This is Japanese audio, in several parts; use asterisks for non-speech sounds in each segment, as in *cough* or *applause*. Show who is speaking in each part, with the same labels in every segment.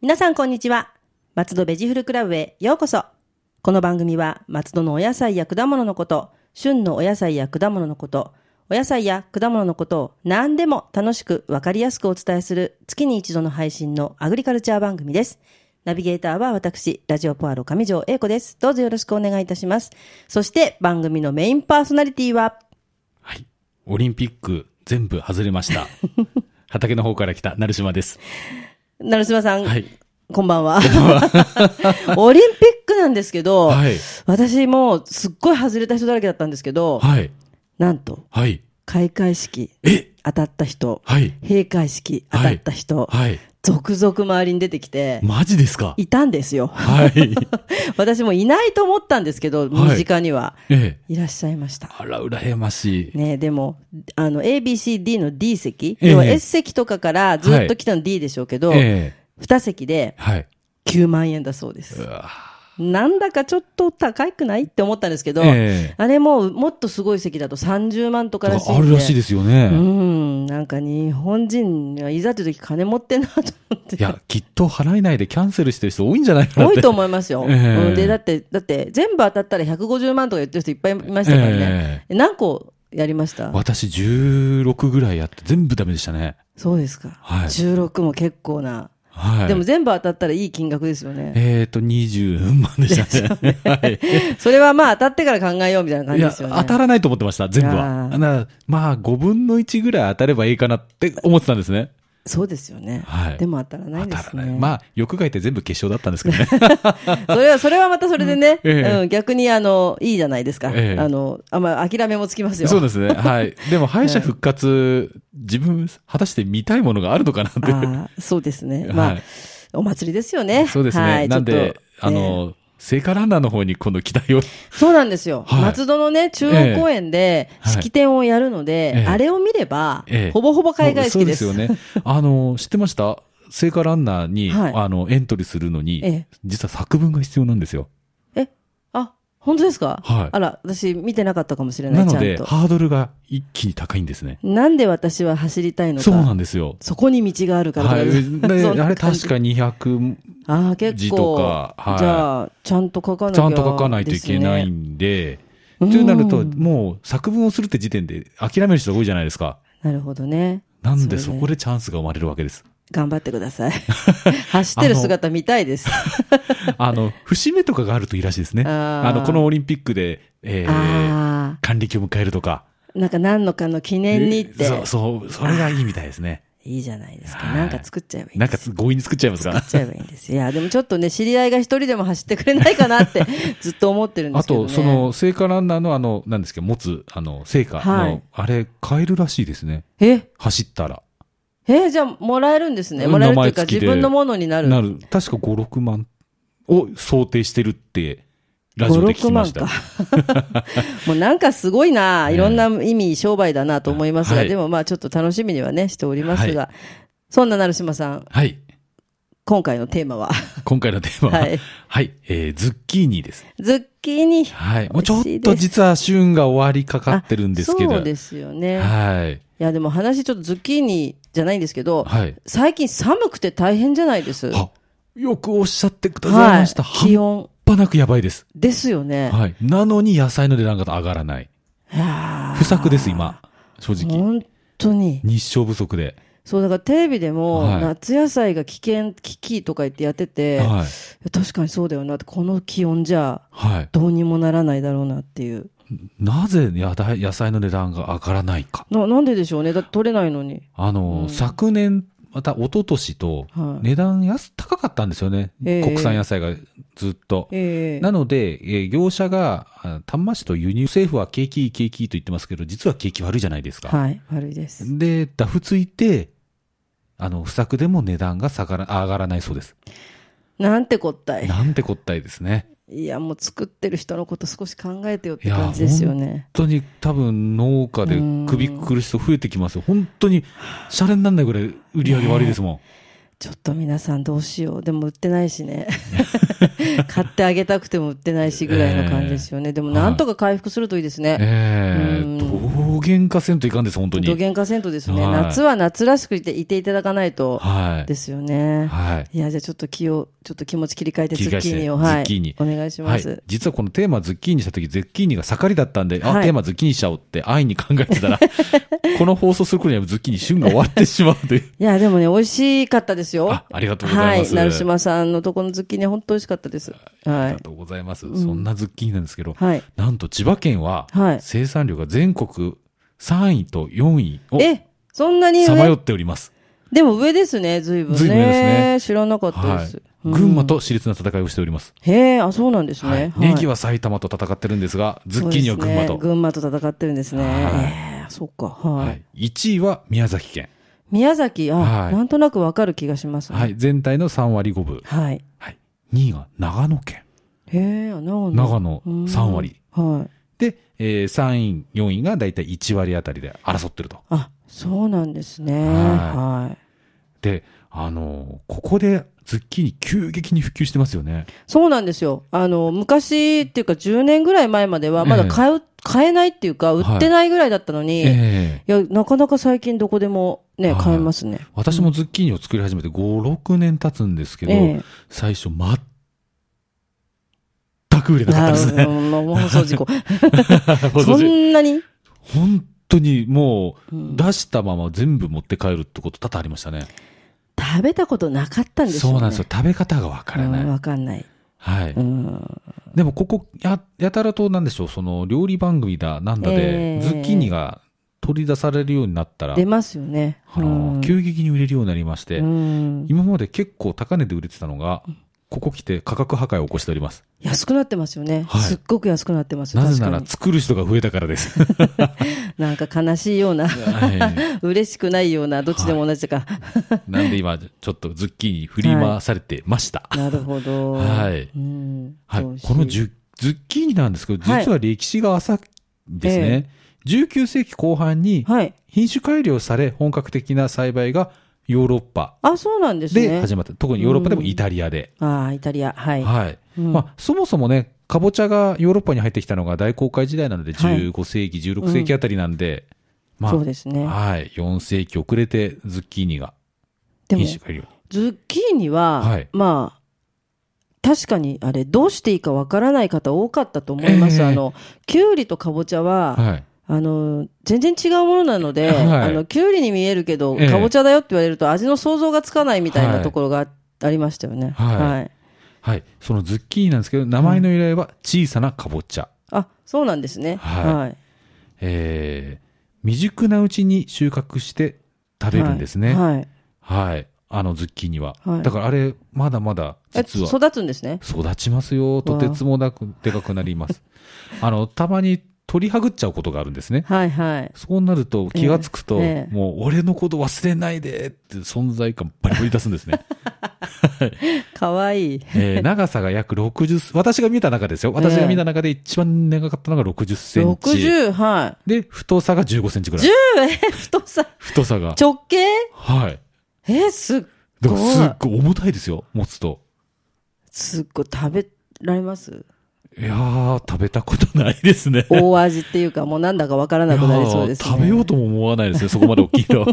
Speaker 1: 皆さんこんにちは。松戸ベジフルクラブへようこそ。この番組は松戸のお野菜や果物のこと、旬のお野菜や果物のこと、お野菜や果物のことを何でも楽しくわかりやすくお伝えする月に一度の配信のアグリカルチャー番組です。ナビゲーターは私、ラジオポアロ上条英子です。どうぞよろしくお願いいたします。そして番組のメインパーソナリティは、
Speaker 2: はい。オリンピック全部外れました。 *laughs* 畑の方から来た、成島です。
Speaker 1: 成島さん、
Speaker 2: はい。
Speaker 1: こんばんは。 *laughs* オリンピックなんですけど、
Speaker 2: はい。
Speaker 1: 私もうすっごい外れた人だらけだったんですけど、
Speaker 2: はい。
Speaker 1: なんと、
Speaker 2: はい。
Speaker 1: 開会式
Speaker 2: え
Speaker 1: 当たった人、
Speaker 2: はい。
Speaker 1: 閉会式当たった人、
Speaker 2: はい。
Speaker 1: 続々周りに出てきて、
Speaker 2: マジですか
Speaker 1: いたんですよ。
Speaker 2: はい。
Speaker 1: *laughs* 私もいないと思ったんですけど、
Speaker 2: はい
Speaker 1: 身近には。
Speaker 2: ええ。
Speaker 1: いらっしゃいました。
Speaker 2: あら、羨ましい。
Speaker 1: ねでも、あの、ABCD の D 席、
Speaker 2: ええ
Speaker 1: 要は S 席とかからずっと来たの D でしょうけど、
Speaker 2: ええ。
Speaker 1: 2席で
Speaker 2: はい。
Speaker 1: 9万円だそうです。
Speaker 2: うわ
Speaker 1: なんだかちょっと高くないって思ったんですけど、
Speaker 2: ええ。
Speaker 1: あれももっとすごい席だと30万とからしいんで
Speaker 2: あるらしいですよね。
Speaker 1: うん、なんか日本人はいざという時金持ってんなと思って。
Speaker 2: いや、きっと払えないでキャンセルしてる人多いんじゃないかな
Speaker 1: *laughs*
Speaker 2: っ
Speaker 1: 多
Speaker 2: て。
Speaker 1: いと思いますよ。
Speaker 2: ええ
Speaker 1: うんで、だって、だって、全部当たったら150万とか言ってる人いっぱいいましたからね。何個やりました
Speaker 2: 私16ぐらいやって全部ダメでしたね。
Speaker 1: そうですか。
Speaker 2: はい
Speaker 1: 16も結構な。
Speaker 2: はい。
Speaker 1: でも全部当たったらいい金額ですよね。
Speaker 2: えっと、20万でしたね。はい。
Speaker 1: それはまあ当たってから考えようみたいな感
Speaker 2: い
Speaker 1: じで
Speaker 2: や、
Speaker 1: すよ
Speaker 2: 当
Speaker 1: ね。
Speaker 2: たらないと思ってました、全部
Speaker 1: あ
Speaker 2: は。
Speaker 1: ー
Speaker 2: なまあ、5分の1ぐらい当たればいいかなって思ってたんですね。
Speaker 1: そうですよね。
Speaker 2: はい
Speaker 1: でも当たらない
Speaker 2: 当
Speaker 1: で
Speaker 2: た
Speaker 1: す
Speaker 2: ら
Speaker 1: ね。
Speaker 2: ない。まあ、欲がいて全部決勝だったんですけどね。
Speaker 1: *laughs*
Speaker 2: *laughs*
Speaker 1: それは、それはまたそれでね、
Speaker 2: うんええ
Speaker 1: うん、逆にあの、いいじゃないですか。
Speaker 2: ええ
Speaker 1: あの、あんま諦めもつきますよ。
Speaker 2: そうですね。はい。でも、敗者復活、自分、果たして見たいものがあるのかなっていう。
Speaker 1: ああ、そうですね。まあ、
Speaker 2: はい
Speaker 1: お祭りですよね。
Speaker 2: *laughs* そうですね。
Speaker 1: はい、
Speaker 2: なん
Speaker 1: ちょっ
Speaker 2: で
Speaker 1: と、
Speaker 2: あ
Speaker 1: ね
Speaker 2: の、聖火ランナーの方に今度期待を。
Speaker 1: そうなんですよ。
Speaker 2: はい
Speaker 1: 松戸のね、中央公園で
Speaker 2: えはい
Speaker 1: 式典をやるので、
Speaker 2: ええ
Speaker 1: あれを見れば、
Speaker 2: ええ
Speaker 1: ほぼほぼ開会式です。
Speaker 2: そうですよね。あの、知ってました聖火ランナーに、
Speaker 1: はい
Speaker 2: あの、エントリーするのに、
Speaker 1: ええ
Speaker 2: 実は作文が必要なんですよ。
Speaker 1: え、あ、本当ですか、
Speaker 2: はい
Speaker 1: あら、私見てなかったかもしれな、
Speaker 2: ない
Speaker 1: ち
Speaker 2: の
Speaker 1: ゃん
Speaker 2: で、
Speaker 1: と。
Speaker 2: ハードルが一気に高いんですね。
Speaker 1: なんで私は走りたいのか。
Speaker 2: そうなんですよ。
Speaker 1: そこに道があるから。
Speaker 2: は
Speaker 1: *laughs*
Speaker 2: い、
Speaker 1: そんな
Speaker 2: であれ
Speaker 1: 感じ
Speaker 2: 確か200、
Speaker 1: ああ、結
Speaker 2: 字
Speaker 1: 構。
Speaker 2: とかはい
Speaker 1: じゃあ、ちゃんと書かなき
Speaker 2: ち
Speaker 1: ゃ、
Speaker 2: ゃんと書かないといけない
Speaker 1: ですね。
Speaker 2: んで、
Speaker 1: うん
Speaker 2: というなると、もう作文をするって時点で諦める人が多いじゃないですか。
Speaker 1: なるほどね。
Speaker 2: なんでそ
Speaker 1: れ
Speaker 2: こでチャンスが生まれるわけです。
Speaker 1: 頑張ってくだ
Speaker 2: *laughs*
Speaker 1: さい。走ってる姿見たいです。
Speaker 2: あの、節目とかがあるといいらしいですね。
Speaker 1: あ
Speaker 2: あ
Speaker 1: ー
Speaker 2: の、このオリンピックで、えー、
Speaker 1: あ
Speaker 2: 還暦を迎えるとか。
Speaker 1: あ、なんか何のかの記念にって、
Speaker 2: そう、そう、それがいいみたいですね。
Speaker 1: いいじゃないですか。
Speaker 2: はい
Speaker 1: なんか作っちゃえばいい
Speaker 2: なん
Speaker 1: で
Speaker 2: か
Speaker 1: すよ。
Speaker 2: 強引に作っちゃいますか
Speaker 1: 作っちゃえばいいんですよ。いや、でもちょっとね、知り合いが一人でも走ってくれないかな
Speaker 2: *laughs*
Speaker 1: ってずっと思ってるんで
Speaker 2: あ
Speaker 1: すけど、ね。
Speaker 2: と、その、聖火ランナーのあの、なんですけど、持つ、あの、聖火の、
Speaker 1: はい
Speaker 2: あれ、買えるらしいですね。
Speaker 1: え、
Speaker 2: 走ったら。
Speaker 1: え、じゃあもらえるんですね。
Speaker 2: うん
Speaker 1: もらえるというか
Speaker 2: 名前付
Speaker 1: 自
Speaker 2: きで
Speaker 1: 分のものになる。
Speaker 2: なる。確か5、6万を想定してるって、ラジオで聞きました。
Speaker 1: 5 6もうなんかすごいな、いろんな意味、商売だなと思いますが、
Speaker 2: はい
Speaker 1: でもまあちょっと楽しみにはね、しておりますが、そんな成島さん、
Speaker 2: はい。
Speaker 1: 今回のテーマは、
Speaker 2: 今回のテ *laughs* ーマは、
Speaker 1: は
Speaker 2: はいい、えー、ズッキーニです。
Speaker 1: ズッキーニ。
Speaker 2: はい。もうちょっ
Speaker 1: 美味しい
Speaker 2: と
Speaker 1: です
Speaker 2: 実は旬が終わりかかってるんですけど。
Speaker 1: そうですよね。い、
Speaker 2: はい。
Speaker 1: や、でも話ちょっとズッキーニじゃないんですけど、
Speaker 2: はい。
Speaker 1: 最近寒くて大変じゃないです。
Speaker 2: は、よくおっしゃってくださいました。
Speaker 1: はい気
Speaker 2: 半
Speaker 1: 温
Speaker 2: 端なくやばいです。
Speaker 1: ですよね。
Speaker 2: はい。なのに野菜の値段が上がらない。
Speaker 1: いやー
Speaker 2: 不作です、今。正直。
Speaker 1: 本当に。
Speaker 2: 日照不足で。
Speaker 1: そう、だからテレビでも、
Speaker 2: はい
Speaker 1: 夏野菜が危険、危機とか言ってやってて、
Speaker 2: はい。
Speaker 1: 確かにそうだよなって、この気温じゃ、
Speaker 2: はい。
Speaker 1: どうにもならないだろうなっていう。
Speaker 2: なぜ野菜野菜の値段が上がらないか。
Speaker 1: な、なんででしょうね。だって取れないのに。
Speaker 2: あの、
Speaker 1: うん
Speaker 2: 昨年、また一昨年と、
Speaker 1: はい。
Speaker 2: 値段安、高かったんですよね。
Speaker 1: ええ
Speaker 2: 国産野菜がずっと。
Speaker 1: ええ
Speaker 2: なので、えー業者が、あ丹波市と輸入、政府は景気いい景気いいと言ってますけど、実は景気悪いじゃないですか。
Speaker 1: はい。悪いです。
Speaker 2: で、ダフついて、あの、不作でも値段が下がら、上がらないそうです。
Speaker 1: なんてこったい。
Speaker 2: なんてこったいですね。
Speaker 1: いや、もう作ってる人のこと少し考えてよって
Speaker 2: いや
Speaker 1: 感じですよね。
Speaker 2: 本当に多分農家で首くくる人増えてきますよ。本当に、シャレになんないぐらい売り上げ悪いですもん。
Speaker 1: ちょっと皆さんどうしよう。でも売ってないし
Speaker 2: *laughs*
Speaker 1: ね。買ってあげたくても売ってないしぐらいの感じですよね。でもなんとか回復するといいですね。
Speaker 2: ええ
Speaker 1: うん
Speaker 2: どどげんかせんといかんです、本当
Speaker 1: ど
Speaker 2: に。
Speaker 1: げんかせんとですね、
Speaker 2: はい
Speaker 1: 夏は夏らしくいていていただかないと
Speaker 2: は
Speaker 1: ですよね。
Speaker 2: い。はい。
Speaker 1: いや、じゃあちょっと気を、ちょっと気持ち切り替えて
Speaker 2: 切
Speaker 1: ズ
Speaker 2: り
Speaker 1: ッ
Speaker 2: 替えて
Speaker 1: キーニを、はい。
Speaker 2: ズッキーニ
Speaker 1: お願いし
Speaker 2: は
Speaker 1: ます。
Speaker 2: い、実はこのテーマズッキーニした時ズッキーニが盛りだったんで、
Speaker 1: は
Speaker 2: あ
Speaker 1: い
Speaker 2: テーマズッキーニしちゃおうって安易に考えてた
Speaker 1: *laughs*
Speaker 2: らこの放送する頃にはズッキーニ旬が終わってしまうという
Speaker 1: いや、でもね、美味しかったですよ。
Speaker 2: あありがとうございます
Speaker 1: はい。成島さんのとこのズッキーニ、本当美味しかったです。
Speaker 2: あり
Speaker 1: は
Speaker 2: がとうございます、そんなズッキーニなんですけど、
Speaker 1: い。はい。
Speaker 2: なんと千葉県は
Speaker 1: はい
Speaker 2: 生産量が全国3位と4位を
Speaker 1: え、そんなに
Speaker 2: さまよ
Speaker 1: 上
Speaker 2: っております、
Speaker 1: でも上ですね、ずいぶんね。
Speaker 2: 随分上ですね
Speaker 1: 知らなかった
Speaker 2: は
Speaker 1: です。
Speaker 2: い、群馬と熾烈な戦いをしております、
Speaker 1: へえ、あ、そうなんですね。
Speaker 2: はい
Speaker 1: はい
Speaker 2: ネギは埼玉と戦ってるんですがズッキーニは群馬
Speaker 1: そう
Speaker 2: と、
Speaker 1: ですね群馬と戦ってるんですね。
Speaker 2: はい
Speaker 1: えーそっか。はい。
Speaker 2: はい、1位は宮崎県、
Speaker 1: 宮崎、あ、
Speaker 2: はい
Speaker 1: なんとなくわかる気がします、ね。
Speaker 2: は。い、全体の3割5分、
Speaker 1: はい。
Speaker 2: はい、2位が長野県
Speaker 1: へえ、長野。
Speaker 2: 長野
Speaker 1: うん
Speaker 2: 3割。
Speaker 1: はい。
Speaker 2: で、えー、3位、4位がだいたい1割あたりで争ってると。
Speaker 1: あ、そうなんですね。
Speaker 2: は
Speaker 1: はい。
Speaker 2: で、あのーここでズッキーニ急激に普及してますよね。
Speaker 1: そうなんですよ。あの、昔っていうか10年ぐらい前までは、まだ買う、買えないっていうか、売ってないぐらいだったのに、い、
Speaker 2: ええ
Speaker 1: や、なかなか最近どこでもね、
Speaker 2: はい
Speaker 1: 買えますね。
Speaker 2: 私もズッキーニを作り始めて5、6年経つんですけど、
Speaker 1: え
Speaker 2: 最初全く売れ
Speaker 1: え。
Speaker 2: なかったですね。
Speaker 1: もう放送事
Speaker 2: *laughs*
Speaker 1: 故。そ
Speaker 2: 私
Speaker 1: んなに、
Speaker 2: 本当にも
Speaker 1: う
Speaker 2: うん出したまま全部持って帰るってこと多々ありましたね。
Speaker 1: 食べたことなかったんですよ、
Speaker 2: そ
Speaker 1: ね。
Speaker 2: うなんですよ。食べ方がわからない。
Speaker 1: うんわかんない。
Speaker 2: はい。
Speaker 1: うん。
Speaker 2: でもここや、やたらとなんでしょう、その料理番組だなんだで、
Speaker 1: ええ
Speaker 2: ズッキーニが取り出されるようになったら、
Speaker 1: 出ますよね。
Speaker 2: あの急激に売れるようになりまして、
Speaker 1: うん。
Speaker 2: 今まで結構高値で売れてたのが、ここ来て価格破壊を起こしております。
Speaker 1: 安くなってますよね、
Speaker 2: はい
Speaker 1: すっごく安くなってますよ
Speaker 2: なぜなら
Speaker 1: 確か
Speaker 2: 作る人が増えたからで
Speaker 1: *laughs*
Speaker 2: す。
Speaker 1: になんか悲しいような、
Speaker 2: は
Speaker 1: *laughs* 嬉しくないような、どっちでも同じか。
Speaker 2: いなんで今、ちょっとズッキーニ振り回されてました。
Speaker 1: なるほど。
Speaker 2: はい
Speaker 1: うん
Speaker 2: はい。
Speaker 1: どうし
Speaker 2: このじゅズッキーニなんですけど、
Speaker 1: はい
Speaker 2: 実は歴史が浅いですね。19世紀後半に
Speaker 1: はい。
Speaker 2: 品種改良され、本格的な栽培がヨーロッパ、
Speaker 1: あ、そうなんです
Speaker 2: で
Speaker 1: ね。
Speaker 2: 始まった。特にヨーロッパでもイタリアで。
Speaker 1: ああ、イタリア。はい。
Speaker 2: はい。
Speaker 1: うん
Speaker 2: まあ、そもそもね、かぼちゃがヨーロッパに入ってきたのが大航海時代なので、
Speaker 1: はい
Speaker 2: 15世紀、16世紀あたりなんで、ま
Speaker 1: そうです
Speaker 2: あ、
Speaker 1: ね。
Speaker 2: はい。4世紀遅れてズッキーニが
Speaker 1: でも
Speaker 2: 品、種改良。
Speaker 1: ズッキーニは、
Speaker 2: はい
Speaker 1: まあ、確かにあれ、どうしていいかわからない方多かったと思います。
Speaker 2: ええ
Speaker 1: あの、キュウリとかぼちゃは、
Speaker 2: はい。
Speaker 1: あの、全然違うものなので、
Speaker 2: はい
Speaker 1: あの、キュウリに見えるけど、
Speaker 2: ええ
Speaker 1: かぼちゃだよって言われると味の想像がつかないみたいなところがあありましたよね。
Speaker 2: はい
Speaker 1: はい。
Speaker 2: はい。そのズッキーニなんですけど、名前の由来は小さなかぼちゃ。
Speaker 1: あ、そうなんですね。
Speaker 2: はい
Speaker 1: はい。
Speaker 2: えー、未熟なうちに収穫して食べるんですね。はい。
Speaker 1: はい。
Speaker 2: あのズッキーニは。
Speaker 1: はい
Speaker 2: だからあれ、まだまだ、
Speaker 1: え
Speaker 2: 実は。
Speaker 1: 育つんですね。
Speaker 2: 育ちますよ。とてつもなくでかくなります。あの、たまに取りはぐっちゃうことがあるんですね。
Speaker 1: はいはい。
Speaker 2: そうなると気がつくと、
Speaker 1: ええ
Speaker 2: もう俺のこと忘れないでって存在感バリバリ出すんです
Speaker 1: *laughs*
Speaker 2: ね。
Speaker 1: かわいい。
Speaker 2: えー長さが約60、私が見た中ですよ。私が見た中で一番長かったのが60センチ。
Speaker 1: 60、は
Speaker 2: で、太さが15センチぐらい。
Speaker 1: い。えー太さ、
Speaker 2: 太さが。
Speaker 1: 直径
Speaker 2: はい。
Speaker 1: えー、すっ
Speaker 2: で
Speaker 1: ご
Speaker 2: も
Speaker 1: い。
Speaker 2: すっごい重たいですよ、持つと。
Speaker 1: すっごい食べられます
Speaker 2: いやー、食べたことないですね。
Speaker 1: 大味っていうか、もうなんだかわからなくなりそうです、
Speaker 2: い
Speaker 1: ね。
Speaker 2: やー食べようとも思わないですね、そこまで大きいのは。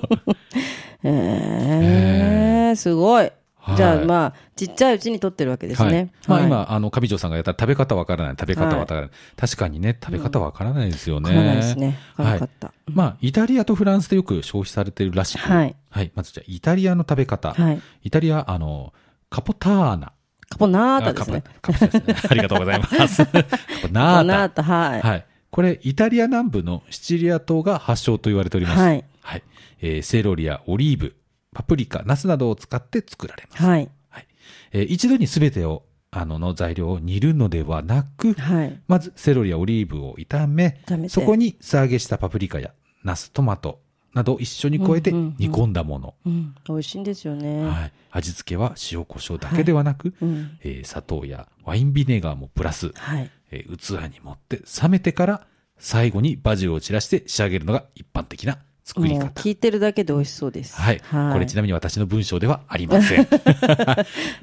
Speaker 1: えー、すごい。
Speaker 2: はい
Speaker 1: じゃあ、まあ、ちっちゃいうちに取ってるわけですね。
Speaker 2: はい、まあ
Speaker 1: はい
Speaker 2: 今、あの、上条さんがやったら食べ方わからない、食べ方わからない。確かにね、食べ方わからないですよね。
Speaker 1: わからないですね。わからな
Speaker 2: は
Speaker 1: か
Speaker 2: い
Speaker 1: っ。た。
Speaker 2: まあ、イタリアとフランスでよく消費されてるらしく。
Speaker 1: は
Speaker 2: はい。
Speaker 1: い。
Speaker 2: まずじゃあ、イタリアの食べ方。
Speaker 1: はい。
Speaker 2: イタリア、あの、カポターナ。
Speaker 1: カポナータで
Speaker 2: カ
Speaker 1: す
Speaker 2: ポ
Speaker 1: ね。
Speaker 2: カポタですね。 *laughs* ありがとうござい
Speaker 1: *laughs*
Speaker 2: ます。カポ
Speaker 1: カ
Speaker 2: ナ
Speaker 1: ポナ
Speaker 2: ー
Speaker 1: ータ、は
Speaker 2: タ。
Speaker 1: い。
Speaker 2: はい。これ、イタリア南部のシチリア島が発祥と言われております。
Speaker 1: はい。
Speaker 2: はい。えーセロリやオリーブ、パプリカ、ナスなどを使って作られます。
Speaker 1: はい。
Speaker 2: はい。えー一度にすべてを、あの、の材料を煮るのではなく、
Speaker 1: はい。
Speaker 2: まずセロリやオリーブを炒め、
Speaker 1: 炒めて
Speaker 2: そこに素揚げしたパプリカやナス、トマトなどを一緒に加えて
Speaker 1: うんうんうん
Speaker 2: 煮込んだもの。
Speaker 1: うん。美味しいんですよね。
Speaker 2: はい。味付けは塩コショウだけではなく、
Speaker 1: うん。
Speaker 2: えー砂糖やワインビネガーもプラス、
Speaker 1: はい。
Speaker 2: えー器に盛って冷めてから最後にバジルを散らして仕上げるのが一般的な作り
Speaker 1: もう
Speaker 2: 方。
Speaker 1: 聞いてるだけで美味しそうです。
Speaker 2: はい。これちなみに私の文章ではあり
Speaker 1: *laughs*
Speaker 2: ません。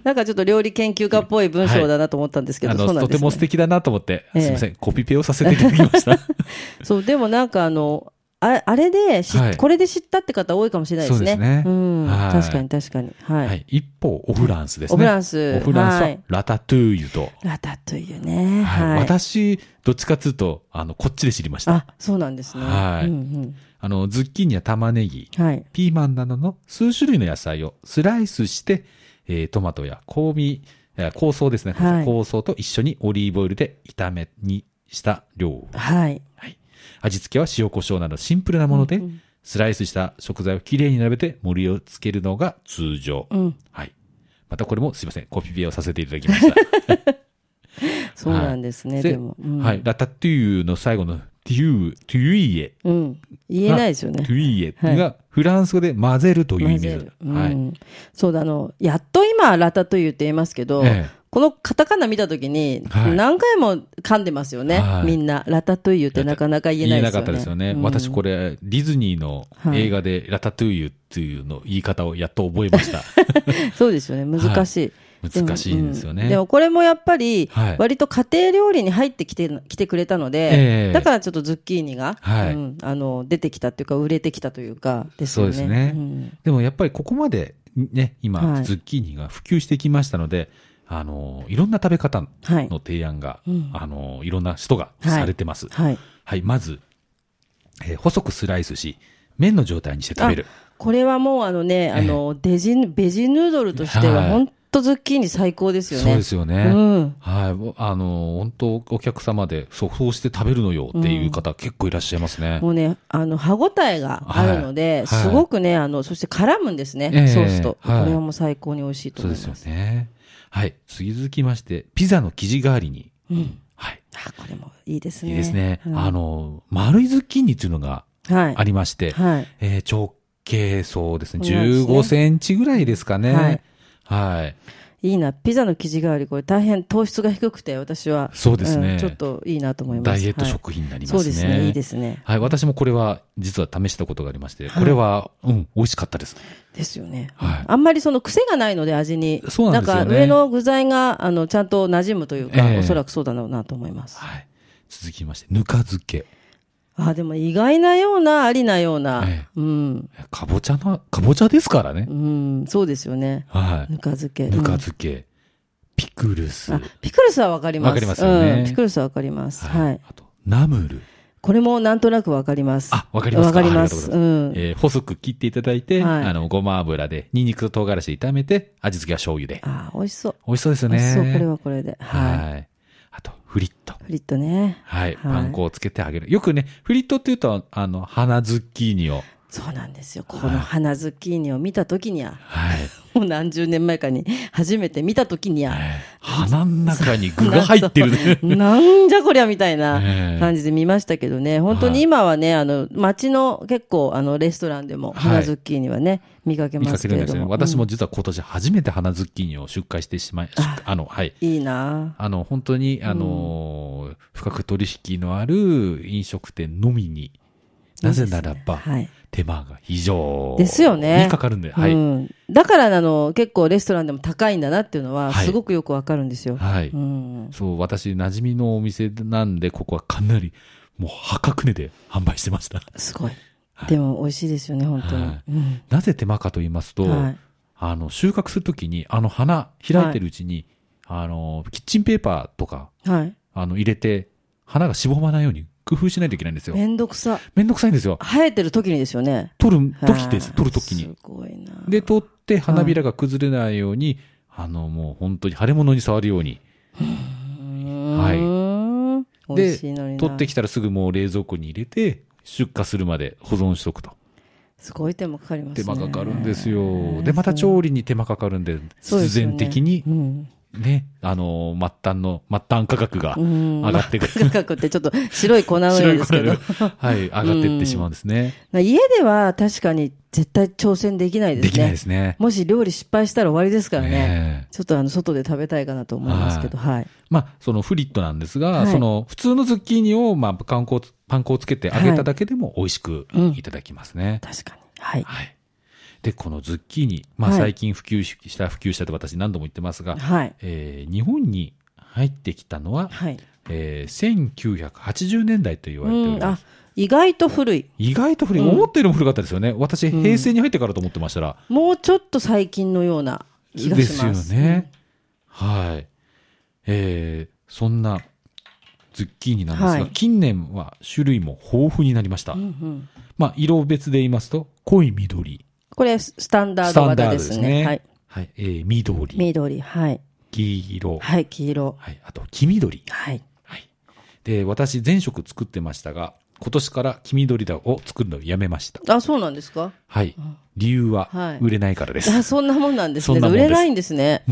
Speaker 1: なんかちょっと料理研究家っぽい文章だなと思ったんですけど、
Speaker 2: あの、
Speaker 1: そうなん
Speaker 2: と
Speaker 1: で
Speaker 2: て
Speaker 1: す、ね。
Speaker 2: も素敵だなと思って、
Speaker 1: ええ
Speaker 2: すみません、コピペをさせていただきました。
Speaker 1: そう、でもなんかあの、ああれで知っ、
Speaker 2: はい
Speaker 1: これで知ったって方多いかもしれないですね。
Speaker 2: そうですね
Speaker 1: ん、
Speaker 2: はい
Speaker 1: 確かに確かに。はい。
Speaker 2: はい。一方、オフランスですね。
Speaker 1: オフランス
Speaker 2: オフランス
Speaker 1: は
Speaker 2: はいラタトゥーユと。
Speaker 1: ラタというね。
Speaker 2: は。
Speaker 1: はいい。
Speaker 2: 私、どっちかっつうと、あの、こっちで知りました。
Speaker 1: あ、そうなんですね。
Speaker 2: はい
Speaker 1: うん
Speaker 2: あの、ズッキーニや玉ねぎ、
Speaker 1: うん、はい。
Speaker 2: ピーマンなどの数種類の野菜をスライスして、えートマトや香味、えー香草ですね。
Speaker 1: はい
Speaker 2: 香草と一緒にオリーブオイルで炒めにした料理。
Speaker 1: はい。
Speaker 2: はい、味付けは塩コショウなどシンプルなもので、スライスした食材をきれいに並べて盛りをつけるのが通常。
Speaker 1: うん。
Speaker 2: はい。またこれもすいません、コピペをさせていただきました。
Speaker 1: そうなんですね、
Speaker 2: で
Speaker 1: でも、うん。
Speaker 2: はい。ラタトゥーユの最後のトゥー、トゥイエ、
Speaker 1: うん。言えないですよ
Speaker 2: ト
Speaker 1: ね。
Speaker 2: ゥイエ
Speaker 1: はい
Speaker 2: がフランス語で混ぜるという意
Speaker 1: 混
Speaker 2: 味
Speaker 1: ぜ
Speaker 2: で
Speaker 1: る
Speaker 2: す。
Speaker 1: うん
Speaker 2: はい。
Speaker 1: そうだ、あの、やっと今、ラタというって言いますけど、
Speaker 2: ええ
Speaker 1: このカタカナ見たときに、
Speaker 2: はい
Speaker 1: 何回も噛んでますよね、
Speaker 2: はい
Speaker 1: みんな。ラタというってなかなか言えないですよね。
Speaker 2: かったですよね。
Speaker 1: うん
Speaker 2: 私これ、ディズニーの映画でラタトゥーユっていうの言い方をやっと覚えました。
Speaker 1: そうですよね、難しい。
Speaker 2: 難しいんですよ
Speaker 1: う
Speaker 2: ね。
Speaker 1: *laughs* んでもこれもやっぱり
Speaker 2: はい、
Speaker 1: 割と家庭料理に入ってきて来てくれたので、
Speaker 2: ええ
Speaker 1: だからちょっとズッキーニが、
Speaker 2: はい
Speaker 1: うんあの出てきたというか、売れてきたというか、です
Speaker 2: そ
Speaker 1: よ
Speaker 2: う
Speaker 1: ね。
Speaker 2: ですね。
Speaker 1: うん
Speaker 2: でもやっぱりここまでね、今、
Speaker 1: はい
Speaker 2: ズッキーニが普及してきましたので、あの、いろんな食べ方
Speaker 1: はい
Speaker 2: の提案が、
Speaker 1: うん
Speaker 2: あの、いろんな人が
Speaker 1: はい
Speaker 2: されてます。はい、
Speaker 1: はい、
Speaker 2: まず、えー細くスライスし、麺の状態にして食べる。
Speaker 1: これはもうあのね、あのデジベジヌードルとして
Speaker 2: は
Speaker 1: は、
Speaker 2: い
Speaker 1: 本当ズッキーニ最高ですよね。
Speaker 2: そうですよね。
Speaker 1: うん
Speaker 2: はい。もうあの、本当お客様で、そうそうして食べるのよっていう方、結構いらっしゃいますね。
Speaker 1: もうね、あの、歯応えがあるので、
Speaker 2: はい
Speaker 1: すごくね、あの、そして絡むんですね、
Speaker 2: ええ
Speaker 1: ソースと。
Speaker 2: はい
Speaker 1: これはもう最高に美味しいと
Speaker 2: そう
Speaker 1: 思い
Speaker 2: で
Speaker 1: ます。
Speaker 2: すよね。はい。続きまして、ピザの生地代わりに。
Speaker 1: うん
Speaker 2: はい。
Speaker 1: あ、これもいいですね。
Speaker 2: いいですね。
Speaker 1: うん
Speaker 2: あの、丸いズッキーニっていうのが
Speaker 1: はい。
Speaker 2: ありまして、
Speaker 1: はい。
Speaker 2: えー直径、そうですね。
Speaker 1: そうですね
Speaker 2: 15センチぐらいですかね。
Speaker 1: はい
Speaker 2: はい。
Speaker 1: いいな。ピザの生地代わり、これ大変糖質が低くて、私は。
Speaker 2: そうですね
Speaker 1: んちょっといいなと思いま
Speaker 2: ダ
Speaker 1: す。
Speaker 2: イエット
Speaker 1: はい
Speaker 2: 食品になりますね。
Speaker 1: そうですね。いいですね。
Speaker 2: はい。私もこれは、実は試したことがありまして、これは、うん、美味しかったです。
Speaker 1: ですよね。
Speaker 2: はい
Speaker 1: あんまりその癖がないので、味に。
Speaker 2: そうなんですよね
Speaker 1: か上の具材が、あの、ちゃんと馴染むというか、
Speaker 2: ええ
Speaker 1: おそらくそうだろうなと思います。
Speaker 2: はい。続きまして、ぬか漬け。
Speaker 1: あ、でも意外なような、ありなような。
Speaker 2: え
Speaker 1: うん。
Speaker 2: かぼちゃの、かぼちゃですからね
Speaker 1: う。ん、そうですよね。
Speaker 2: はい。
Speaker 1: ぬか漬け。
Speaker 2: ぬか漬け、ピクルス。
Speaker 1: うんあピクルスはわかります。
Speaker 2: わかりますよね
Speaker 1: うんピクルスはわかります。はい。
Speaker 2: あと、ナムル。
Speaker 1: これもなんとなくわかります。
Speaker 2: あ、わかります
Speaker 1: わ
Speaker 2: か
Speaker 1: かりま
Speaker 2: あ
Speaker 1: す。
Speaker 2: り
Speaker 1: う
Speaker 2: がとうござい
Speaker 1: ん。
Speaker 2: えー細く切っていただいて、
Speaker 1: はい
Speaker 2: あの、ごま油で、ニンニクと唐辛子で炒めて、味付けは醤油で。
Speaker 1: あ、美味しそう。
Speaker 2: 美味しそうですよ
Speaker 1: 美味
Speaker 2: ね。
Speaker 1: しそう、これはこれで。はい。
Speaker 2: はい。あと、フリット。
Speaker 1: フリットね。
Speaker 2: は
Speaker 1: は
Speaker 2: い。
Speaker 1: い
Speaker 2: パン粉をつけてあげる。よくね、フリットって言うと、あの、花ズッキーニを。
Speaker 1: そうなんですよ。この花ズッキーニを見たときには、
Speaker 2: はい。
Speaker 1: もう何十年前かに初めて見たときには、
Speaker 2: 花の中に具が入ってるね。
Speaker 1: *laughs* なんじゃこりゃみたいな
Speaker 2: ええ
Speaker 1: 感じで見ましたけどね、本当に今はね、あの、街の結構、あの、レストランでも、
Speaker 2: い
Speaker 1: 花ズッキーニはね、見かけ
Speaker 2: 見
Speaker 1: ま
Speaker 2: か
Speaker 1: す
Speaker 2: け
Speaker 1: け
Speaker 2: るん
Speaker 1: れ
Speaker 2: です
Speaker 1: ど
Speaker 2: よね。
Speaker 1: も。
Speaker 2: 私も実は今年初めて花ズッキーニを出荷してしまい、出荷あの、はい。
Speaker 1: いいな
Speaker 2: あの、本当に、あのー、深く取引のある飲食店のみに、なぜならば、
Speaker 1: はい。
Speaker 2: 手間が非常
Speaker 1: ですよね
Speaker 2: にかかるんで、はい。
Speaker 1: うん、だからあの結構レストランでも高いんだなっていうのは
Speaker 2: はい
Speaker 1: すごくよくわかるんですよ。
Speaker 2: はい。
Speaker 1: うん、
Speaker 2: そう、私、馴染みのお店なんで、ここはかなり、もう破格値で販売してました。
Speaker 1: すごい
Speaker 2: は。い
Speaker 1: でも美味しいですよね本当に。
Speaker 2: はい
Speaker 1: うん
Speaker 2: なぜ手間かと言いますと、
Speaker 1: はい
Speaker 2: あの、収穫するときに、あの花、開いてるうちに、あの、キッチンペーパーとか、
Speaker 1: はい。
Speaker 2: あの、入れて、花がしぼまないように工夫しないといけないんですよ。
Speaker 1: めんどくさ。
Speaker 2: めんどくさいんですよ。
Speaker 1: 生えてる時にですよね。
Speaker 2: 取る時で
Speaker 1: は
Speaker 2: す。
Speaker 1: い
Speaker 2: 取る時に
Speaker 1: す。ごいな。
Speaker 2: で、取って花びらが崩れないように、あの、もう本当に腫れ物に触るように。
Speaker 1: はい美
Speaker 2: で、
Speaker 1: 味しいのにな。
Speaker 2: 取ってきたらすぐもう冷蔵庫に入れて、出荷するまで保存しとくと。
Speaker 1: すごい手間かかります
Speaker 2: 手
Speaker 1: ね。
Speaker 2: 間かかるんですよ。で、また調理に手間かかるんで、
Speaker 1: そうで
Speaker 2: 必
Speaker 1: すよね
Speaker 2: 然的に
Speaker 1: う、ん。
Speaker 2: ね、あの、末端の、末端価格が
Speaker 1: うん。
Speaker 2: 上がってくる。
Speaker 1: 価格ってちょっ *laughs* と白い粉のよ
Speaker 2: 白
Speaker 1: う
Speaker 2: い
Speaker 1: ですけど。
Speaker 2: 粉
Speaker 1: *laughs*
Speaker 2: がはい、上がってってしまうんですね。
Speaker 1: 家では確かに絶対挑戦できないですね。
Speaker 2: できないですね。
Speaker 1: もし料理失敗したら終わりですからね。
Speaker 2: ねえ
Speaker 1: ちょっとあの外で食べたいかなと思いますけど、はい。
Speaker 2: まあ、そのフリットなんですが、
Speaker 1: はい
Speaker 2: その普通のズッキーニを、まあ、パン粉を、パン粉をつけて揚げただけでも美味しくいただきますね。
Speaker 1: 確かに。はい。
Speaker 2: はい。で、このズッキーニ、まあ、
Speaker 1: はい
Speaker 2: 最近普及した、普及したと私何度も言ってますが、
Speaker 1: はい。
Speaker 2: えー日本に入ってきたのは、
Speaker 1: はい。
Speaker 2: えー1980年代と言わ
Speaker 1: う
Speaker 2: れており
Speaker 1: ん、
Speaker 2: ま
Speaker 1: あ
Speaker 2: す。、
Speaker 1: 意外と古い。
Speaker 2: 意外と古い、思ったよりも古かったですよね。私、平成に入ってからと思ってましたら、
Speaker 1: もうちょっと最近のような気がします。
Speaker 2: ですよね。はい。えー、そんなズッキーニなんですが、
Speaker 1: はい
Speaker 2: 近年は種類も豊富になりました。
Speaker 1: うんうん
Speaker 2: まあ、色別で言いますと、濃い緑、
Speaker 1: これススタンダー
Speaker 2: ス
Speaker 1: ド
Speaker 2: タン
Speaker 1: 型
Speaker 2: ダード
Speaker 1: で
Speaker 2: です
Speaker 1: す
Speaker 2: ね。
Speaker 1: ね。
Speaker 2: は
Speaker 1: はいい。。
Speaker 2: えー緑、
Speaker 1: 緑、はい。
Speaker 2: 黄色、はい、
Speaker 1: はい、黄色。
Speaker 2: あと黄緑。
Speaker 1: はい。
Speaker 2: はい。で、私、前職作ってましたが、今年から黄緑だを作るのをやめました。
Speaker 1: あ、そうなんですか *laughs*
Speaker 2: はい。理由
Speaker 1: は、
Speaker 2: はい売れないからです。
Speaker 1: あ、そんなもんなんです
Speaker 2: そ
Speaker 1: ね。
Speaker 2: んなもん
Speaker 1: 売
Speaker 2: です
Speaker 1: れないんですね。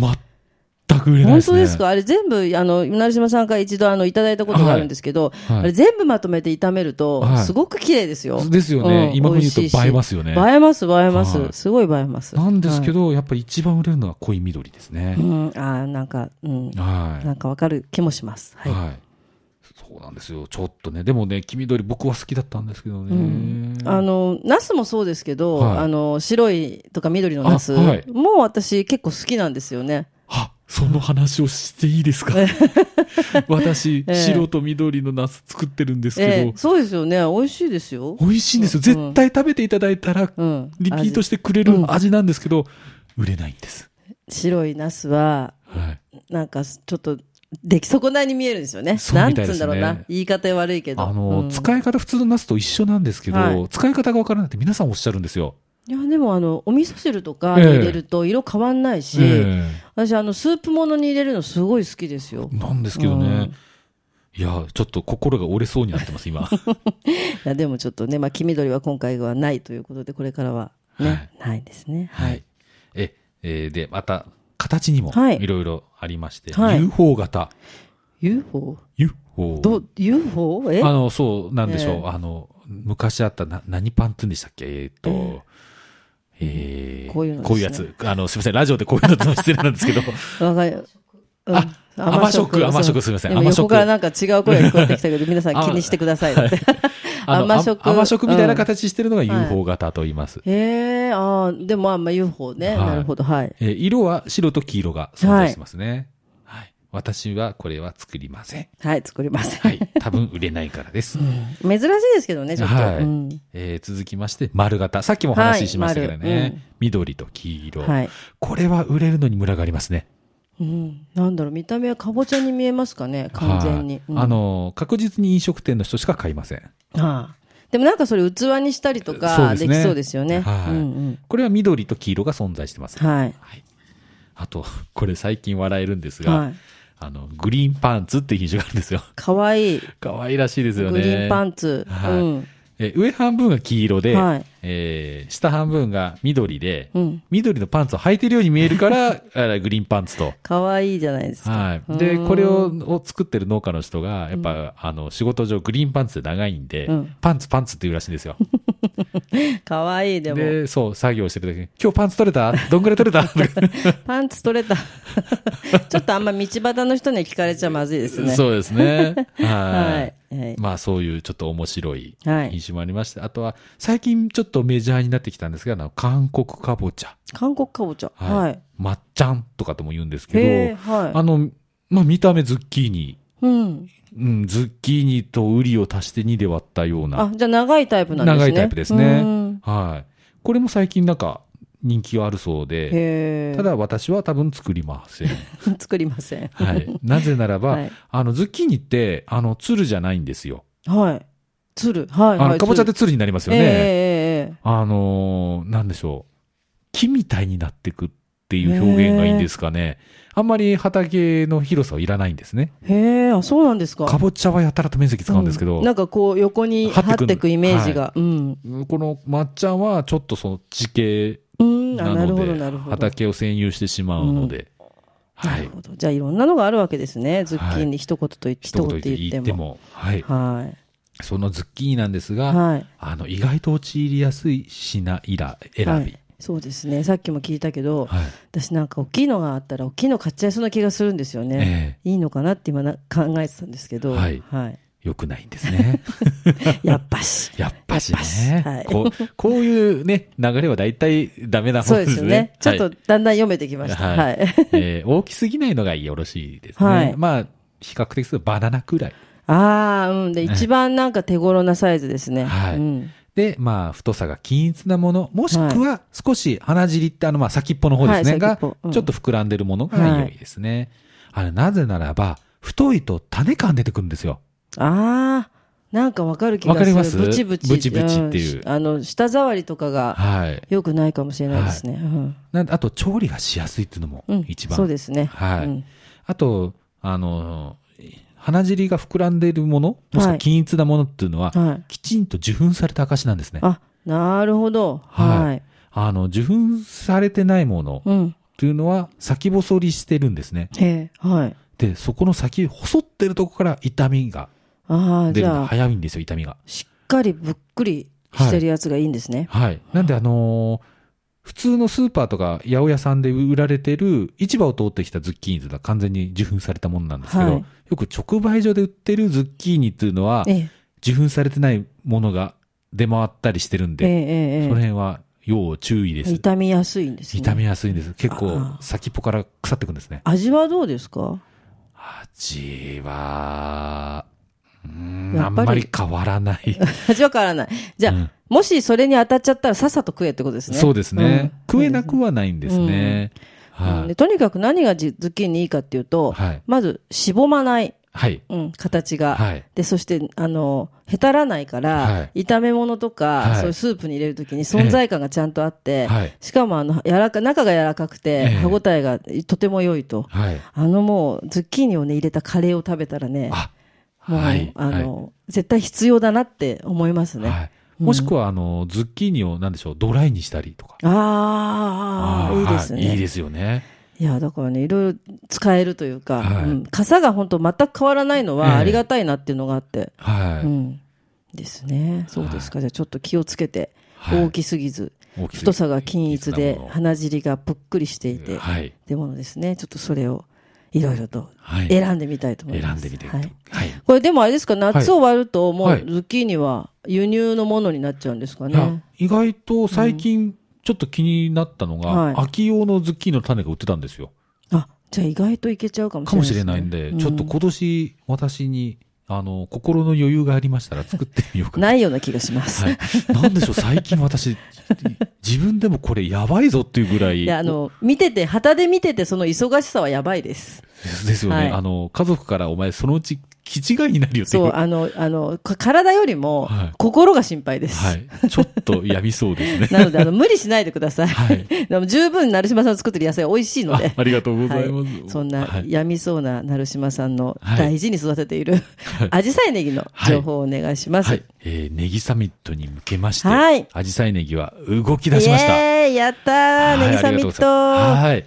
Speaker 2: 全く売れない
Speaker 1: 本
Speaker 2: です
Speaker 1: 当
Speaker 2: ね。
Speaker 1: ですかあれ全部、あの、成島さんから一度、あの、いただいたことがあるんですけど、
Speaker 2: はいは
Speaker 1: あ
Speaker 2: い
Speaker 1: れ全部まとめて炒めると、
Speaker 2: はい
Speaker 1: すごく綺麗ですよ。
Speaker 2: ですよね今風に言うと
Speaker 1: 美味しいし
Speaker 2: 映えますよね
Speaker 1: 映えます、映えます。
Speaker 2: はい
Speaker 1: すごい映えます。
Speaker 2: なんですけ
Speaker 1: ど、
Speaker 2: ど、やっぱり一番売れるのは濃い緑ですね
Speaker 1: う。ん、あーなんか、うん、
Speaker 2: はい。
Speaker 1: なんかわかる気もします。はい。
Speaker 2: はい。そうなんですよ。ちょっとね。でもね、黄緑僕は好きだったんですけどね。
Speaker 1: うんあの、ナスもそうですけど、
Speaker 2: はい
Speaker 1: あの、白いとか緑のナス、
Speaker 2: あはい
Speaker 1: もう私結構好きなんですよね。
Speaker 2: あ、その話をしていいですか *laughs* 私、
Speaker 1: ええ
Speaker 2: 白と緑のナス作ってるんですけど、
Speaker 1: ええそうですよね。美味しいですよ。
Speaker 2: 美味しいんですよ。絶対食べていただいたら、
Speaker 1: うん。
Speaker 2: リピート
Speaker 1: 味
Speaker 2: してくれる味なんですけど、売れないんです。
Speaker 1: 白いナスは、
Speaker 2: はい。
Speaker 1: なんかちょっと出来損ないに見えるんですよね。
Speaker 2: そう
Speaker 1: なん
Speaker 2: みた
Speaker 1: つ
Speaker 2: いで
Speaker 1: うん
Speaker 2: す
Speaker 1: だ
Speaker 2: ね
Speaker 1: ろうな。言い方悪いけど。
Speaker 2: あの、
Speaker 1: うん
Speaker 2: 使い方普通のナスと一緒なんですけど、
Speaker 1: はい
Speaker 2: 使い方がわからないって皆さんおっしゃるんですよ。
Speaker 1: いや、でもあの、お味噌汁とかに入れると色変わんないし、
Speaker 2: え
Speaker 1: 私あの、スープものに入れるのすごい好きですよ。
Speaker 2: えなんですけどね。
Speaker 1: うん
Speaker 2: いや、ちょっと心が折れそうになっ
Speaker 1: *laughs*
Speaker 2: てます、今。
Speaker 1: いや、でもちょっとね、まあ、黄緑は今回はないということで、これからはね、ないですね。
Speaker 2: は
Speaker 1: はいい。。
Speaker 2: え、えーで、また、形にも
Speaker 1: はい
Speaker 2: いろいろありまして、
Speaker 1: はい
Speaker 2: UFO 型。
Speaker 1: UFO?
Speaker 2: UFO。
Speaker 1: ど、UFO? え
Speaker 2: あの、そう、なんでしょう。
Speaker 1: ええ
Speaker 2: あの、昔あった、な、何パンって言うんでしたっけえーっと、えー
Speaker 1: こういうのですね
Speaker 2: こういうやつ。あの、すみません。ラジオでこういうのと失礼なんですけ
Speaker 1: *laughs*
Speaker 2: ど、
Speaker 1: わかる。うん
Speaker 2: あ甘食
Speaker 1: そう
Speaker 2: 甘食すいません
Speaker 1: でも
Speaker 2: 甘食
Speaker 1: 横からなんか違う声が聞こえてきたけど、皆さん気にしてくださいって。
Speaker 2: あの
Speaker 1: 甘食
Speaker 2: あ甘食みたいな
Speaker 1: うん
Speaker 2: 形してるのが
Speaker 1: い
Speaker 2: UFO 型と言います。
Speaker 1: へえ、ああ、でもあんまあ UFO ね。
Speaker 2: はい
Speaker 1: なるほど、はい。
Speaker 2: えー色は白と黄色が存在してますね。はい。私はこれは作りません。
Speaker 1: はい、作ります。
Speaker 2: はい。多分売れないからです。
Speaker 1: 珍しいですけどね、ちょっと。
Speaker 2: はい
Speaker 1: うん
Speaker 2: えー続きまして、丸型。さっきもお話ししましたけどね。
Speaker 1: はい丸うん
Speaker 2: 緑と黄色、
Speaker 1: はい。
Speaker 2: これは売れるのにムラがありますね。
Speaker 1: うん。なんだろう、見た目はかぼちゃに見えますかね、完全に
Speaker 2: は。い
Speaker 1: うん
Speaker 2: あ、のー、確実に飲食店の人しか買いません。
Speaker 1: はいでもなんかそれ器にしたりと
Speaker 2: そう
Speaker 1: か、
Speaker 2: です
Speaker 1: で
Speaker 2: ね
Speaker 1: きそうですよね。
Speaker 2: はい
Speaker 1: うんうん
Speaker 2: これは緑と黄色が存在してます。
Speaker 1: はい。
Speaker 2: はいあと、これ最近笑えるんですが、
Speaker 1: はい。
Speaker 2: あの、グリーンパンツっていう品種があるんですよ。
Speaker 1: かわいい。
Speaker 2: 可愛らしいですよね。
Speaker 1: グリーンパンツ。
Speaker 2: はい
Speaker 1: うん。
Speaker 2: えー上半分が黄色で、
Speaker 1: はい
Speaker 2: えー下半分が緑で、
Speaker 1: うん
Speaker 2: 緑のパンツを履いてるように見え
Speaker 1: *laughs*
Speaker 2: るから、あーグリーンパンツと。
Speaker 1: かわいいじゃないですか。
Speaker 2: はい。で、これをを作ってる農家の人が、やっぱ、あの、仕事上グリーンパンツで長いんで、
Speaker 1: うん
Speaker 2: パンツパンツって言うらしいんですよ。
Speaker 1: かわいい、 *laughs* でも。
Speaker 2: で、そう、作業してる時に、今日パンツ取れたどんぐらい取れ
Speaker 1: *laughs*
Speaker 2: たとか
Speaker 1: パンツ取
Speaker 2: *laughs*
Speaker 1: れた。ちょっとあんま道端の人には聞かれちゃまずいですね。
Speaker 2: *laughs* そうですね。
Speaker 1: *laughs* は。
Speaker 2: はい
Speaker 1: はい
Speaker 2: い。。まあ、そういうちょっと面白い
Speaker 1: はい
Speaker 2: 品種もありまして、あとは、最近ちょっとメジャーになってきたんですが、あの、韓国かぼちゃ。
Speaker 1: 韓国かぼちゃ。
Speaker 2: は
Speaker 1: はいい。。
Speaker 2: まっちゃんとかとも言うんです
Speaker 1: へえ、
Speaker 2: けど、
Speaker 1: は
Speaker 2: あの、まあ、見た目ズッキーニ。
Speaker 1: い。うん。
Speaker 2: うん、ズッキーニとウリを足して2で割ったような
Speaker 1: あ、じゃあ長いタイプなんですね。
Speaker 2: 長いタイプです
Speaker 1: う
Speaker 2: ね
Speaker 1: ん。
Speaker 2: はい。これも最近なんか人気があるそうで、
Speaker 1: へえ。
Speaker 2: ただ私は多分作りません。
Speaker 1: *laughs* 作りません。
Speaker 2: はい。なぜならば、
Speaker 1: *laughs* はい
Speaker 2: あの、ズッキーニって、あの、つるじゃないんですよ。
Speaker 1: はい。つる。はい。
Speaker 2: あ
Speaker 1: は
Speaker 2: の、
Speaker 1: い。
Speaker 2: かぼちゃって
Speaker 1: 鶴
Speaker 2: つるになりますよ
Speaker 1: ええ
Speaker 2: ね。
Speaker 1: ええええ
Speaker 2: あのーなんでしょう。木みたいになってくっていう表現がいいんですかね。あんまり畑の広さはいらないんですね。
Speaker 1: へえ、あ、そうなんですか。
Speaker 2: かぼちゃはやたらと面積使うんですけど、
Speaker 1: なんかこう横に
Speaker 2: 張
Speaker 1: 張
Speaker 2: ってく
Speaker 1: ってくイメージが。うん。
Speaker 2: このまっちゃんはちょっとその地形
Speaker 1: うん。
Speaker 2: な
Speaker 1: あ、なる
Speaker 2: の
Speaker 1: ほ
Speaker 2: で
Speaker 1: ど、なるほど。
Speaker 2: 畑を占有してしまうので、は
Speaker 1: なる
Speaker 2: い
Speaker 1: ほど。じゃあいろんなのがあるわけですね。ズッキーニ一言と言って、
Speaker 2: 一
Speaker 1: 一
Speaker 2: 言
Speaker 1: 言
Speaker 2: 言
Speaker 1: 言
Speaker 2: っ
Speaker 1: ってても。
Speaker 2: も、はい、
Speaker 1: はい。
Speaker 2: そのズッキーニなんですが、
Speaker 1: はい。
Speaker 2: あの意外と陥りやすい品いら選び、
Speaker 1: は
Speaker 2: はいい、
Speaker 1: そうですね。さっきも聞いたけど、私なんか大きいのがあったら大きいの買っちゃいそうな気がするんですよね。
Speaker 2: え
Speaker 1: いいのかなって今な考えてたんですけど、
Speaker 2: はい *laughs* えよくないんです
Speaker 1: *laughs*
Speaker 2: ね
Speaker 1: やっぱし。
Speaker 2: やっぱし
Speaker 1: や
Speaker 2: ね
Speaker 1: っぱしはい
Speaker 2: こうこういうね流れは大体ダメな方
Speaker 1: そう
Speaker 2: で
Speaker 1: です
Speaker 2: ね
Speaker 1: すね。ちょっ
Speaker 2: は
Speaker 1: と
Speaker 2: い
Speaker 1: だんだん読めてきました。
Speaker 2: はい
Speaker 1: はい。 *laughs*
Speaker 2: えー大きすぎないのがよろしいですね、
Speaker 1: はい
Speaker 2: まあ比較的するとバナナくらい
Speaker 1: ああ、うん。で、一番なんか手頃なサイズですね。
Speaker 2: はい
Speaker 1: うん。
Speaker 2: で、まあ、太さが均一なもの、もしくは少し鼻尻ってあの、まあ、先っぽの方ですね、
Speaker 1: はい
Speaker 2: が、
Speaker 1: 先っぽうん
Speaker 2: ちょっと膨らんでるものが良いですね。あれ、なぜならば、太いと種感出てくるんですよ。
Speaker 1: ああ、なんかわかる気がする。
Speaker 2: わかります
Speaker 1: ブチブチ。
Speaker 2: ブチブチっていう
Speaker 1: うんあの、舌触りとかが
Speaker 2: はい。
Speaker 1: 良くないかもしれないですね。うん
Speaker 2: なんであと、調理がしやすいっていうのも
Speaker 1: うん。
Speaker 2: 一番。
Speaker 1: そうですね。
Speaker 2: はい
Speaker 1: うん
Speaker 2: あと、あの、鼻尻が膨らんでいるもの、もしくは均一なものっていうのは、
Speaker 1: はい。
Speaker 2: きちんと受粉された証なんですね。
Speaker 1: あ、なるほど。
Speaker 2: はい
Speaker 1: はい。
Speaker 2: あの、受粉されてないもの
Speaker 1: うん。
Speaker 2: っていうのは、先細りしてるんですね。
Speaker 1: へえ、はい。
Speaker 2: で、そこの先、細ってるとこから痛みが
Speaker 1: ああ、じ
Speaker 2: 出るの
Speaker 1: ゃ
Speaker 2: が
Speaker 1: あ、
Speaker 2: 早いんですよ、痛みが。
Speaker 1: しっかりぶっくりしてるやつがいいんですね。
Speaker 2: はい。なんで、あのー普通のスーパーとか八百屋さんで売られてる市場を通ってきたズッキーニというのは完全に受粉されたものなんですけど、
Speaker 1: はい
Speaker 2: よく直売所で売ってるズッキーニっていうのは
Speaker 1: ええ、
Speaker 2: 受粉されてないものが出回ったりしてるん
Speaker 1: ええ、
Speaker 2: で、
Speaker 1: ええ
Speaker 2: その
Speaker 1: え
Speaker 2: 辺は要注意で
Speaker 1: え。
Speaker 2: す。
Speaker 1: 痛みやすいんですね。
Speaker 2: 痛みやすいんです。結構
Speaker 1: ああ
Speaker 2: 先っぽから腐ってくんですね。
Speaker 1: 味はどうですか
Speaker 2: 味は、うーん
Speaker 1: や
Speaker 2: あ
Speaker 1: っ
Speaker 2: ん
Speaker 1: ぱり
Speaker 2: まり変わらない。
Speaker 1: 味は変わらない。じゃあ、
Speaker 2: うん
Speaker 1: もしそれに当たっちゃったらさっさと食えってことですね。
Speaker 2: そうですね、
Speaker 1: うん
Speaker 2: 食えなくはないんですね。
Speaker 1: うん
Speaker 2: は
Speaker 1: で
Speaker 2: い。
Speaker 1: とにかく何がじズッキーニいいかっていうと、
Speaker 2: はい。
Speaker 1: まず、しぼまない。
Speaker 2: はい。
Speaker 1: うん、形が。
Speaker 2: はい。
Speaker 1: で、そして、あの、へたらないから、
Speaker 2: は
Speaker 1: 炒め物とか、
Speaker 2: はい
Speaker 1: そういうスープに入れるときに存在感がちゃんとあって、
Speaker 2: はい。
Speaker 1: しかも、あの、柔らか、中が柔らかくて、
Speaker 2: ええ
Speaker 1: 歯ごたえがとても良いと。
Speaker 2: はい。
Speaker 1: あのもう、ズッキーニをね、入れたカレーを食べたらね、
Speaker 2: あ、
Speaker 1: もう、
Speaker 2: はい。
Speaker 1: あの、絶対必要だなって思います
Speaker 2: は
Speaker 1: ね。
Speaker 2: い、はいもしくは、あの、ズッキーニを、なんでしょう、ドライにしたりとか。
Speaker 1: ああ、
Speaker 2: ー
Speaker 1: いいですね。
Speaker 2: はいいいですよね。
Speaker 1: いや、だからね、いろいろ使えるというか、
Speaker 2: はい
Speaker 1: うん、傘が本当全く変わらないの
Speaker 2: ええ
Speaker 1: はありがたいなっていうのがあって、
Speaker 2: はい。
Speaker 1: うん。ですね。そうですか。じゃあちょっと気をつけて、
Speaker 2: はい
Speaker 1: 大きすぎず、
Speaker 2: 大きすぎる
Speaker 1: 太さが均一で、鼻尻がぷっくりしていて、っ
Speaker 2: はい。
Speaker 1: てものですね。ちょっとそれをいろいろと
Speaker 2: はい。
Speaker 1: 選んでみたいと思い
Speaker 2: 選
Speaker 1: ま
Speaker 2: ん
Speaker 1: す。
Speaker 2: でみて。
Speaker 1: は
Speaker 2: はいい。。
Speaker 1: これでもあれですか、夏を割るともう
Speaker 2: はい
Speaker 1: ズッキーニは輸入のものになっちゃうんですか
Speaker 2: い
Speaker 1: ね。
Speaker 2: や、意外と最近、ちょっと気になったのが、
Speaker 1: はい
Speaker 2: 秋用のズッキーニの種が売ってたんですよ。
Speaker 1: あ、じゃあ意外といけちゃうかもしれ
Speaker 2: かも
Speaker 1: ない
Speaker 2: し
Speaker 1: ですね、
Speaker 2: れないんで、
Speaker 1: う
Speaker 2: ちょっと今年、私に、あの、心の余裕がありましたら作ってみ
Speaker 1: *laughs*
Speaker 2: ようかな。
Speaker 1: ないような気がします。
Speaker 2: はい。なんでしょう、最近私、自分でもこれやばいぞっていうぐらい。
Speaker 1: いや、あの、見てて、旗で見てて、その忙しさはやばいです。
Speaker 2: ですよね、
Speaker 1: はい
Speaker 2: あの、家族からお前そのうち気違いになるよってい。
Speaker 1: そうう、あの、あの、か体よりも
Speaker 2: はい、
Speaker 1: 心が心配です。。
Speaker 2: はい。ちょっとやみそうですね
Speaker 1: なので、あの、無理しないでください。
Speaker 2: はい
Speaker 1: *laughs* でも十分、成島さんの作ってる野菜 *laughs* は美味しいの
Speaker 2: *laughs* あ
Speaker 1: で。
Speaker 2: ありがとうございます。
Speaker 1: はい、そんな
Speaker 2: は、い。
Speaker 1: 病みそうな成島さんの
Speaker 2: はい
Speaker 1: 大事に育ててい *laughs* る、
Speaker 2: はい
Speaker 1: アジサイネギの情報をお願いします。
Speaker 2: はいえーネギサミットに向けまして、
Speaker 1: はい
Speaker 2: アジサイネギは動き出しました。
Speaker 1: イエーイやったー、
Speaker 2: はい
Speaker 1: ネギサミッ
Speaker 2: ありがとうございます
Speaker 1: ト
Speaker 2: はい。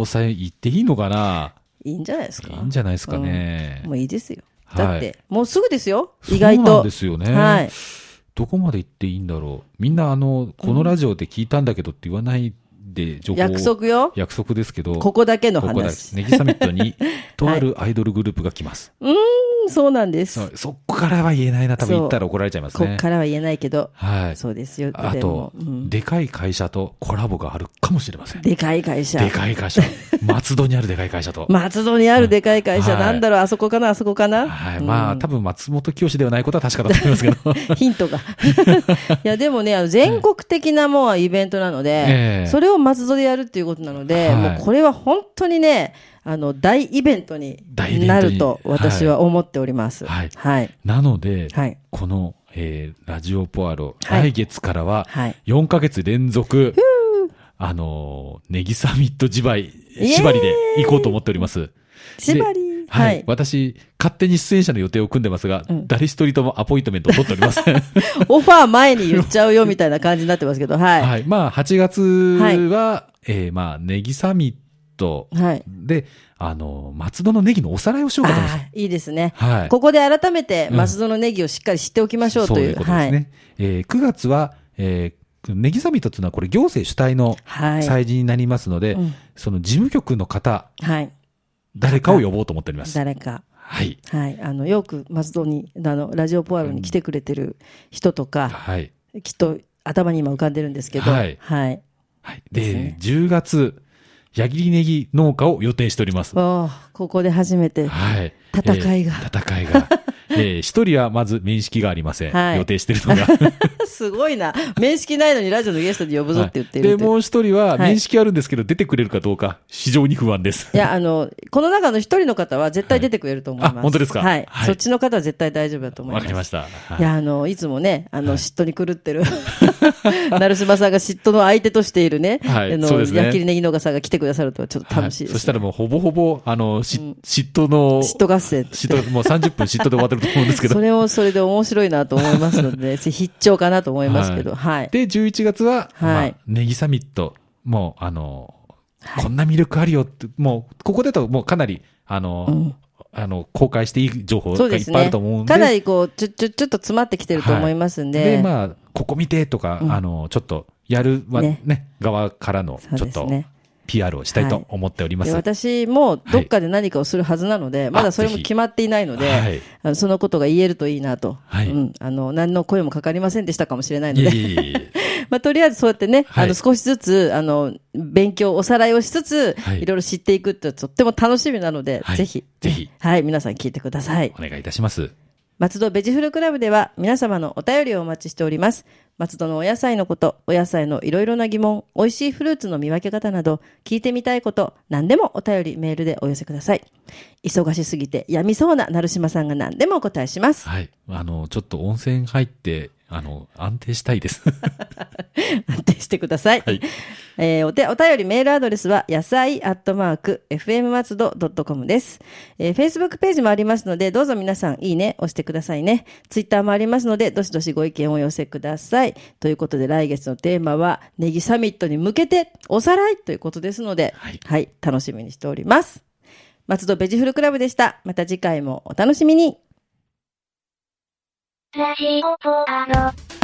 Speaker 2: 詳細言っていいのかない
Speaker 1: いんじゃないですか
Speaker 2: いいんじゃないですかね。
Speaker 1: もういいですよ。
Speaker 2: はい
Speaker 1: だって、もうすぐですよ、意外
Speaker 2: そうな
Speaker 1: と
Speaker 2: んで。すよね。
Speaker 1: はい。
Speaker 2: どこまで言っていいんだろう。みんなあの、このラジオで聞いたんだけどって言わないで、情報を
Speaker 1: 約束よ。
Speaker 2: 約束ですけど。
Speaker 1: ここだけの
Speaker 2: ここだ
Speaker 1: 話。
Speaker 2: ネギサミット
Speaker 1: *laughs*
Speaker 2: に、とあるアイドルグループが来ます。
Speaker 1: うんそうなんです。
Speaker 2: そうそこからは言えないな、多分
Speaker 1: そう
Speaker 2: 言ったら怒られちゃいます
Speaker 1: こっ
Speaker 2: ね。
Speaker 1: からは言えないけど、
Speaker 2: はい。
Speaker 1: そうですよ。
Speaker 2: あ
Speaker 1: でも
Speaker 2: と、
Speaker 1: うん
Speaker 2: でかい会社とコラボがあるかもしれません。で
Speaker 1: でかい会社。
Speaker 2: かい
Speaker 1: *laughs*
Speaker 2: 会社。松戸にあるでかい会社と。
Speaker 1: 松戸にあるでかい会社、
Speaker 2: はい
Speaker 1: なんだろう、あそこかな、あそこかな。
Speaker 2: はい。
Speaker 1: うん
Speaker 2: まあ、多分松本清ではないことは確かだと思います
Speaker 1: *laughs*
Speaker 2: けど。
Speaker 1: ヒントが。いや、でもね、あの全国的なもうイベントなの
Speaker 2: え
Speaker 1: で
Speaker 2: え、
Speaker 1: それを松戸でやるっていうことなので、
Speaker 2: はい
Speaker 1: もうこれは本当にね、あの、大イベントに
Speaker 2: 大イベントに
Speaker 1: なると私は思っております。
Speaker 2: はい
Speaker 1: はい。
Speaker 2: なので、
Speaker 1: はい
Speaker 2: この、えーラジオポアロ、
Speaker 1: はい
Speaker 2: 来月からは
Speaker 1: はい、
Speaker 2: 4ヶ月連続、あのーネギサミット縛り、縛りで行こうと思っております。
Speaker 1: 縛り
Speaker 2: で
Speaker 1: は
Speaker 2: はいい。私、勝手に出演者の予定を組んでますが、誰一人ともアポイントメントを取っておりま
Speaker 1: *laughs*
Speaker 2: せん。
Speaker 1: オファー前に言っちゃうよみたいな感じになってますけど、は
Speaker 2: はい。まあ、8月は、えーまあ、ネギサミット
Speaker 1: い。はい。
Speaker 2: で、あのー松戸のネギのおさらいをしようかと思います。
Speaker 1: ああ、いいですね。
Speaker 2: はい。
Speaker 1: ここで改めて
Speaker 2: うん
Speaker 1: 松戸のネギをしっかり知っておきましょうという。
Speaker 2: そういうことですね。えー9月は、えーネギサミットというのはこれ行政主体の
Speaker 1: はい。はい。
Speaker 2: 催事になりますので、
Speaker 1: うん
Speaker 2: その事務局の方、
Speaker 1: はい。
Speaker 2: 誰かを呼ぼうと思っております。
Speaker 1: 誰か。
Speaker 2: はい。
Speaker 1: はい。あの、よく松戸に、あの、ラジオポアロに来てくれてる人とか、
Speaker 2: はい。
Speaker 1: きっと頭に今浮かんでるんですけど、は
Speaker 2: はいい。
Speaker 1: はい。
Speaker 2: はい。
Speaker 1: です
Speaker 2: で、
Speaker 1: ね
Speaker 2: 10月、矢切ネギ農家を予定しております。 *laughs*
Speaker 1: おーここで初めて
Speaker 2: はい。
Speaker 1: 戦いが
Speaker 2: えー戦いが。
Speaker 1: *laughs*
Speaker 2: えー一人はまず面識がありません。
Speaker 1: はい
Speaker 2: 予定してるのが。
Speaker 1: *laughs* すごいな。面識ないのにラジオのゲストに呼ぶぞって言ってる
Speaker 2: で、
Speaker 1: って。
Speaker 2: もう一人は
Speaker 1: はい
Speaker 2: 面識あるんですけど、出てくれるかどうか、非常に不安です。
Speaker 1: いや、あの、この中の一人の方は絶対出てくれると思います。
Speaker 2: はいあ本当ですか
Speaker 1: はい。
Speaker 2: はい
Speaker 1: そっちの方は絶対大丈夫だと思いま
Speaker 2: わ
Speaker 1: す。
Speaker 2: かりました。はい
Speaker 1: いや、あの、いつもね、あの、嫉妬に狂
Speaker 2: *laughs*
Speaker 1: ってる、成島さんが嫉妬の相手としているね、
Speaker 2: はい
Speaker 1: あ
Speaker 2: そ
Speaker 1: の、
Speaker 2: うですね
Speaker 1: やっきりねぎのがさんが来てくださるとはちょっと楽しいです、
Speaker 2: はそしたらもうほぼほぼ、あの、し嫉妬の、
Speaker 1: 嫉妬合戦って
Speaker 2: 嫉妬、もう30分嫉妬で終わってると思うんですけ
Speaker 1: そ
Speaker 2: ど。
Speaker 1: れをそれで面白いなと思いますので、
Speaker 2: *laughs*
Speaker 1: 必聴かなと思いますけど、はい。
Speaker 2: で、11月は、
Speaker 1: は
Speaker 2: はいい。ネギサミット、もう、あの、こんな魅力あるよって、もう、ここだともうかなり、あの、あの、公開していい情報
Speaker 1: そ
Speaker 2: が
Speaker 1: う
Speaker 2: い
Speaker 1: で
Speaker 2: っ
Speaker 1: す
Speaker 2: ぱいあ
Speaker 1: ね。
Speaker 2: ると思うんで。
Speaker 1: かなりこう、ちょ、ちょ、ちょっと詰まってきてると思いますんで。
Speaker 2: で、まあ、ここ見てとか、あの、ちょっと、やるは
Speaker 1: ね
Speaker 2: ね側からの
Speaker 1: そう、
Speaker 2: ちょ
Speaker 1: で
Speaker 2: っ
Speaker 1: す
Speaker 2: と
Speaker 1: ね、
Speaker 2: PR をしたい
Speaker 1: はい
Speaker 2: と思っております。
Speaker 1: で
Speaker 2: はい。
Speaker 1: 私もどっかで何かをするはずなので、まだそれも
Speaker 2: ぜひ
Speaker 1: 決まっていないので、
Speaker 2: はい
Speaker 1: あのそのことが言えるといいなと、
Speaker 2: はい
Speaker 1: うん、あの何の声もかかりませんでしたかもしれないの
Speaker 2: いえ
Speaker 1: で、
Speaker 2: いえいえ。
Speaker 1: *laughs* まあ、とりあえずそうやってね、
Speaker 2: はい
Speaker 1: あの少しずつあの勉強、おさらいをしつつ、
Speaker 2: はい
Speaker 1: い、ろいろ知っていくってとっても楽しみなので、
Speaker 2: はい
Speaker 1: ぜひ、
Speaker 2: ぜひ
Speaker 1: はい、皆さん聞いてください。
Speaker 2: お願いいたします。
Speaker 1: 松戸ベジフルクラブでは皆様のお便りをお待ちしております。松戸のお野菜のこと、お野菜のいろいろな疑問、美味しいフルーツの見分け方など、聞いてみたいこと、何でもお便りメールでお寄せください。忙しすぎて病みそうな成島さんが何でもお答えします。
Speaker 2: はい。あの、ちょっと温泉入って、あの、安定したいです。 *laughs*
Speaker 1: 安定してください。
Speaker 2: はい
Speaker 1: えーおてお便りメールアドレスは、野菜アットマーク、fm 松戸 .com です。えー、Facebook ページもありますので、どうぞ皆さん、いいね、押してくださいね。Twitter もありますので、どしどしご意見をお寄せください。ということで、来月のテーマは、ネギサミットに向けて、おさらいということですので、
Speaker 2: はい
Speaker 1: はい、楽しみにしております。松戸ベジフルクラブでした。また次回もお楽しみに。
Speaker 3: ラジオポアド。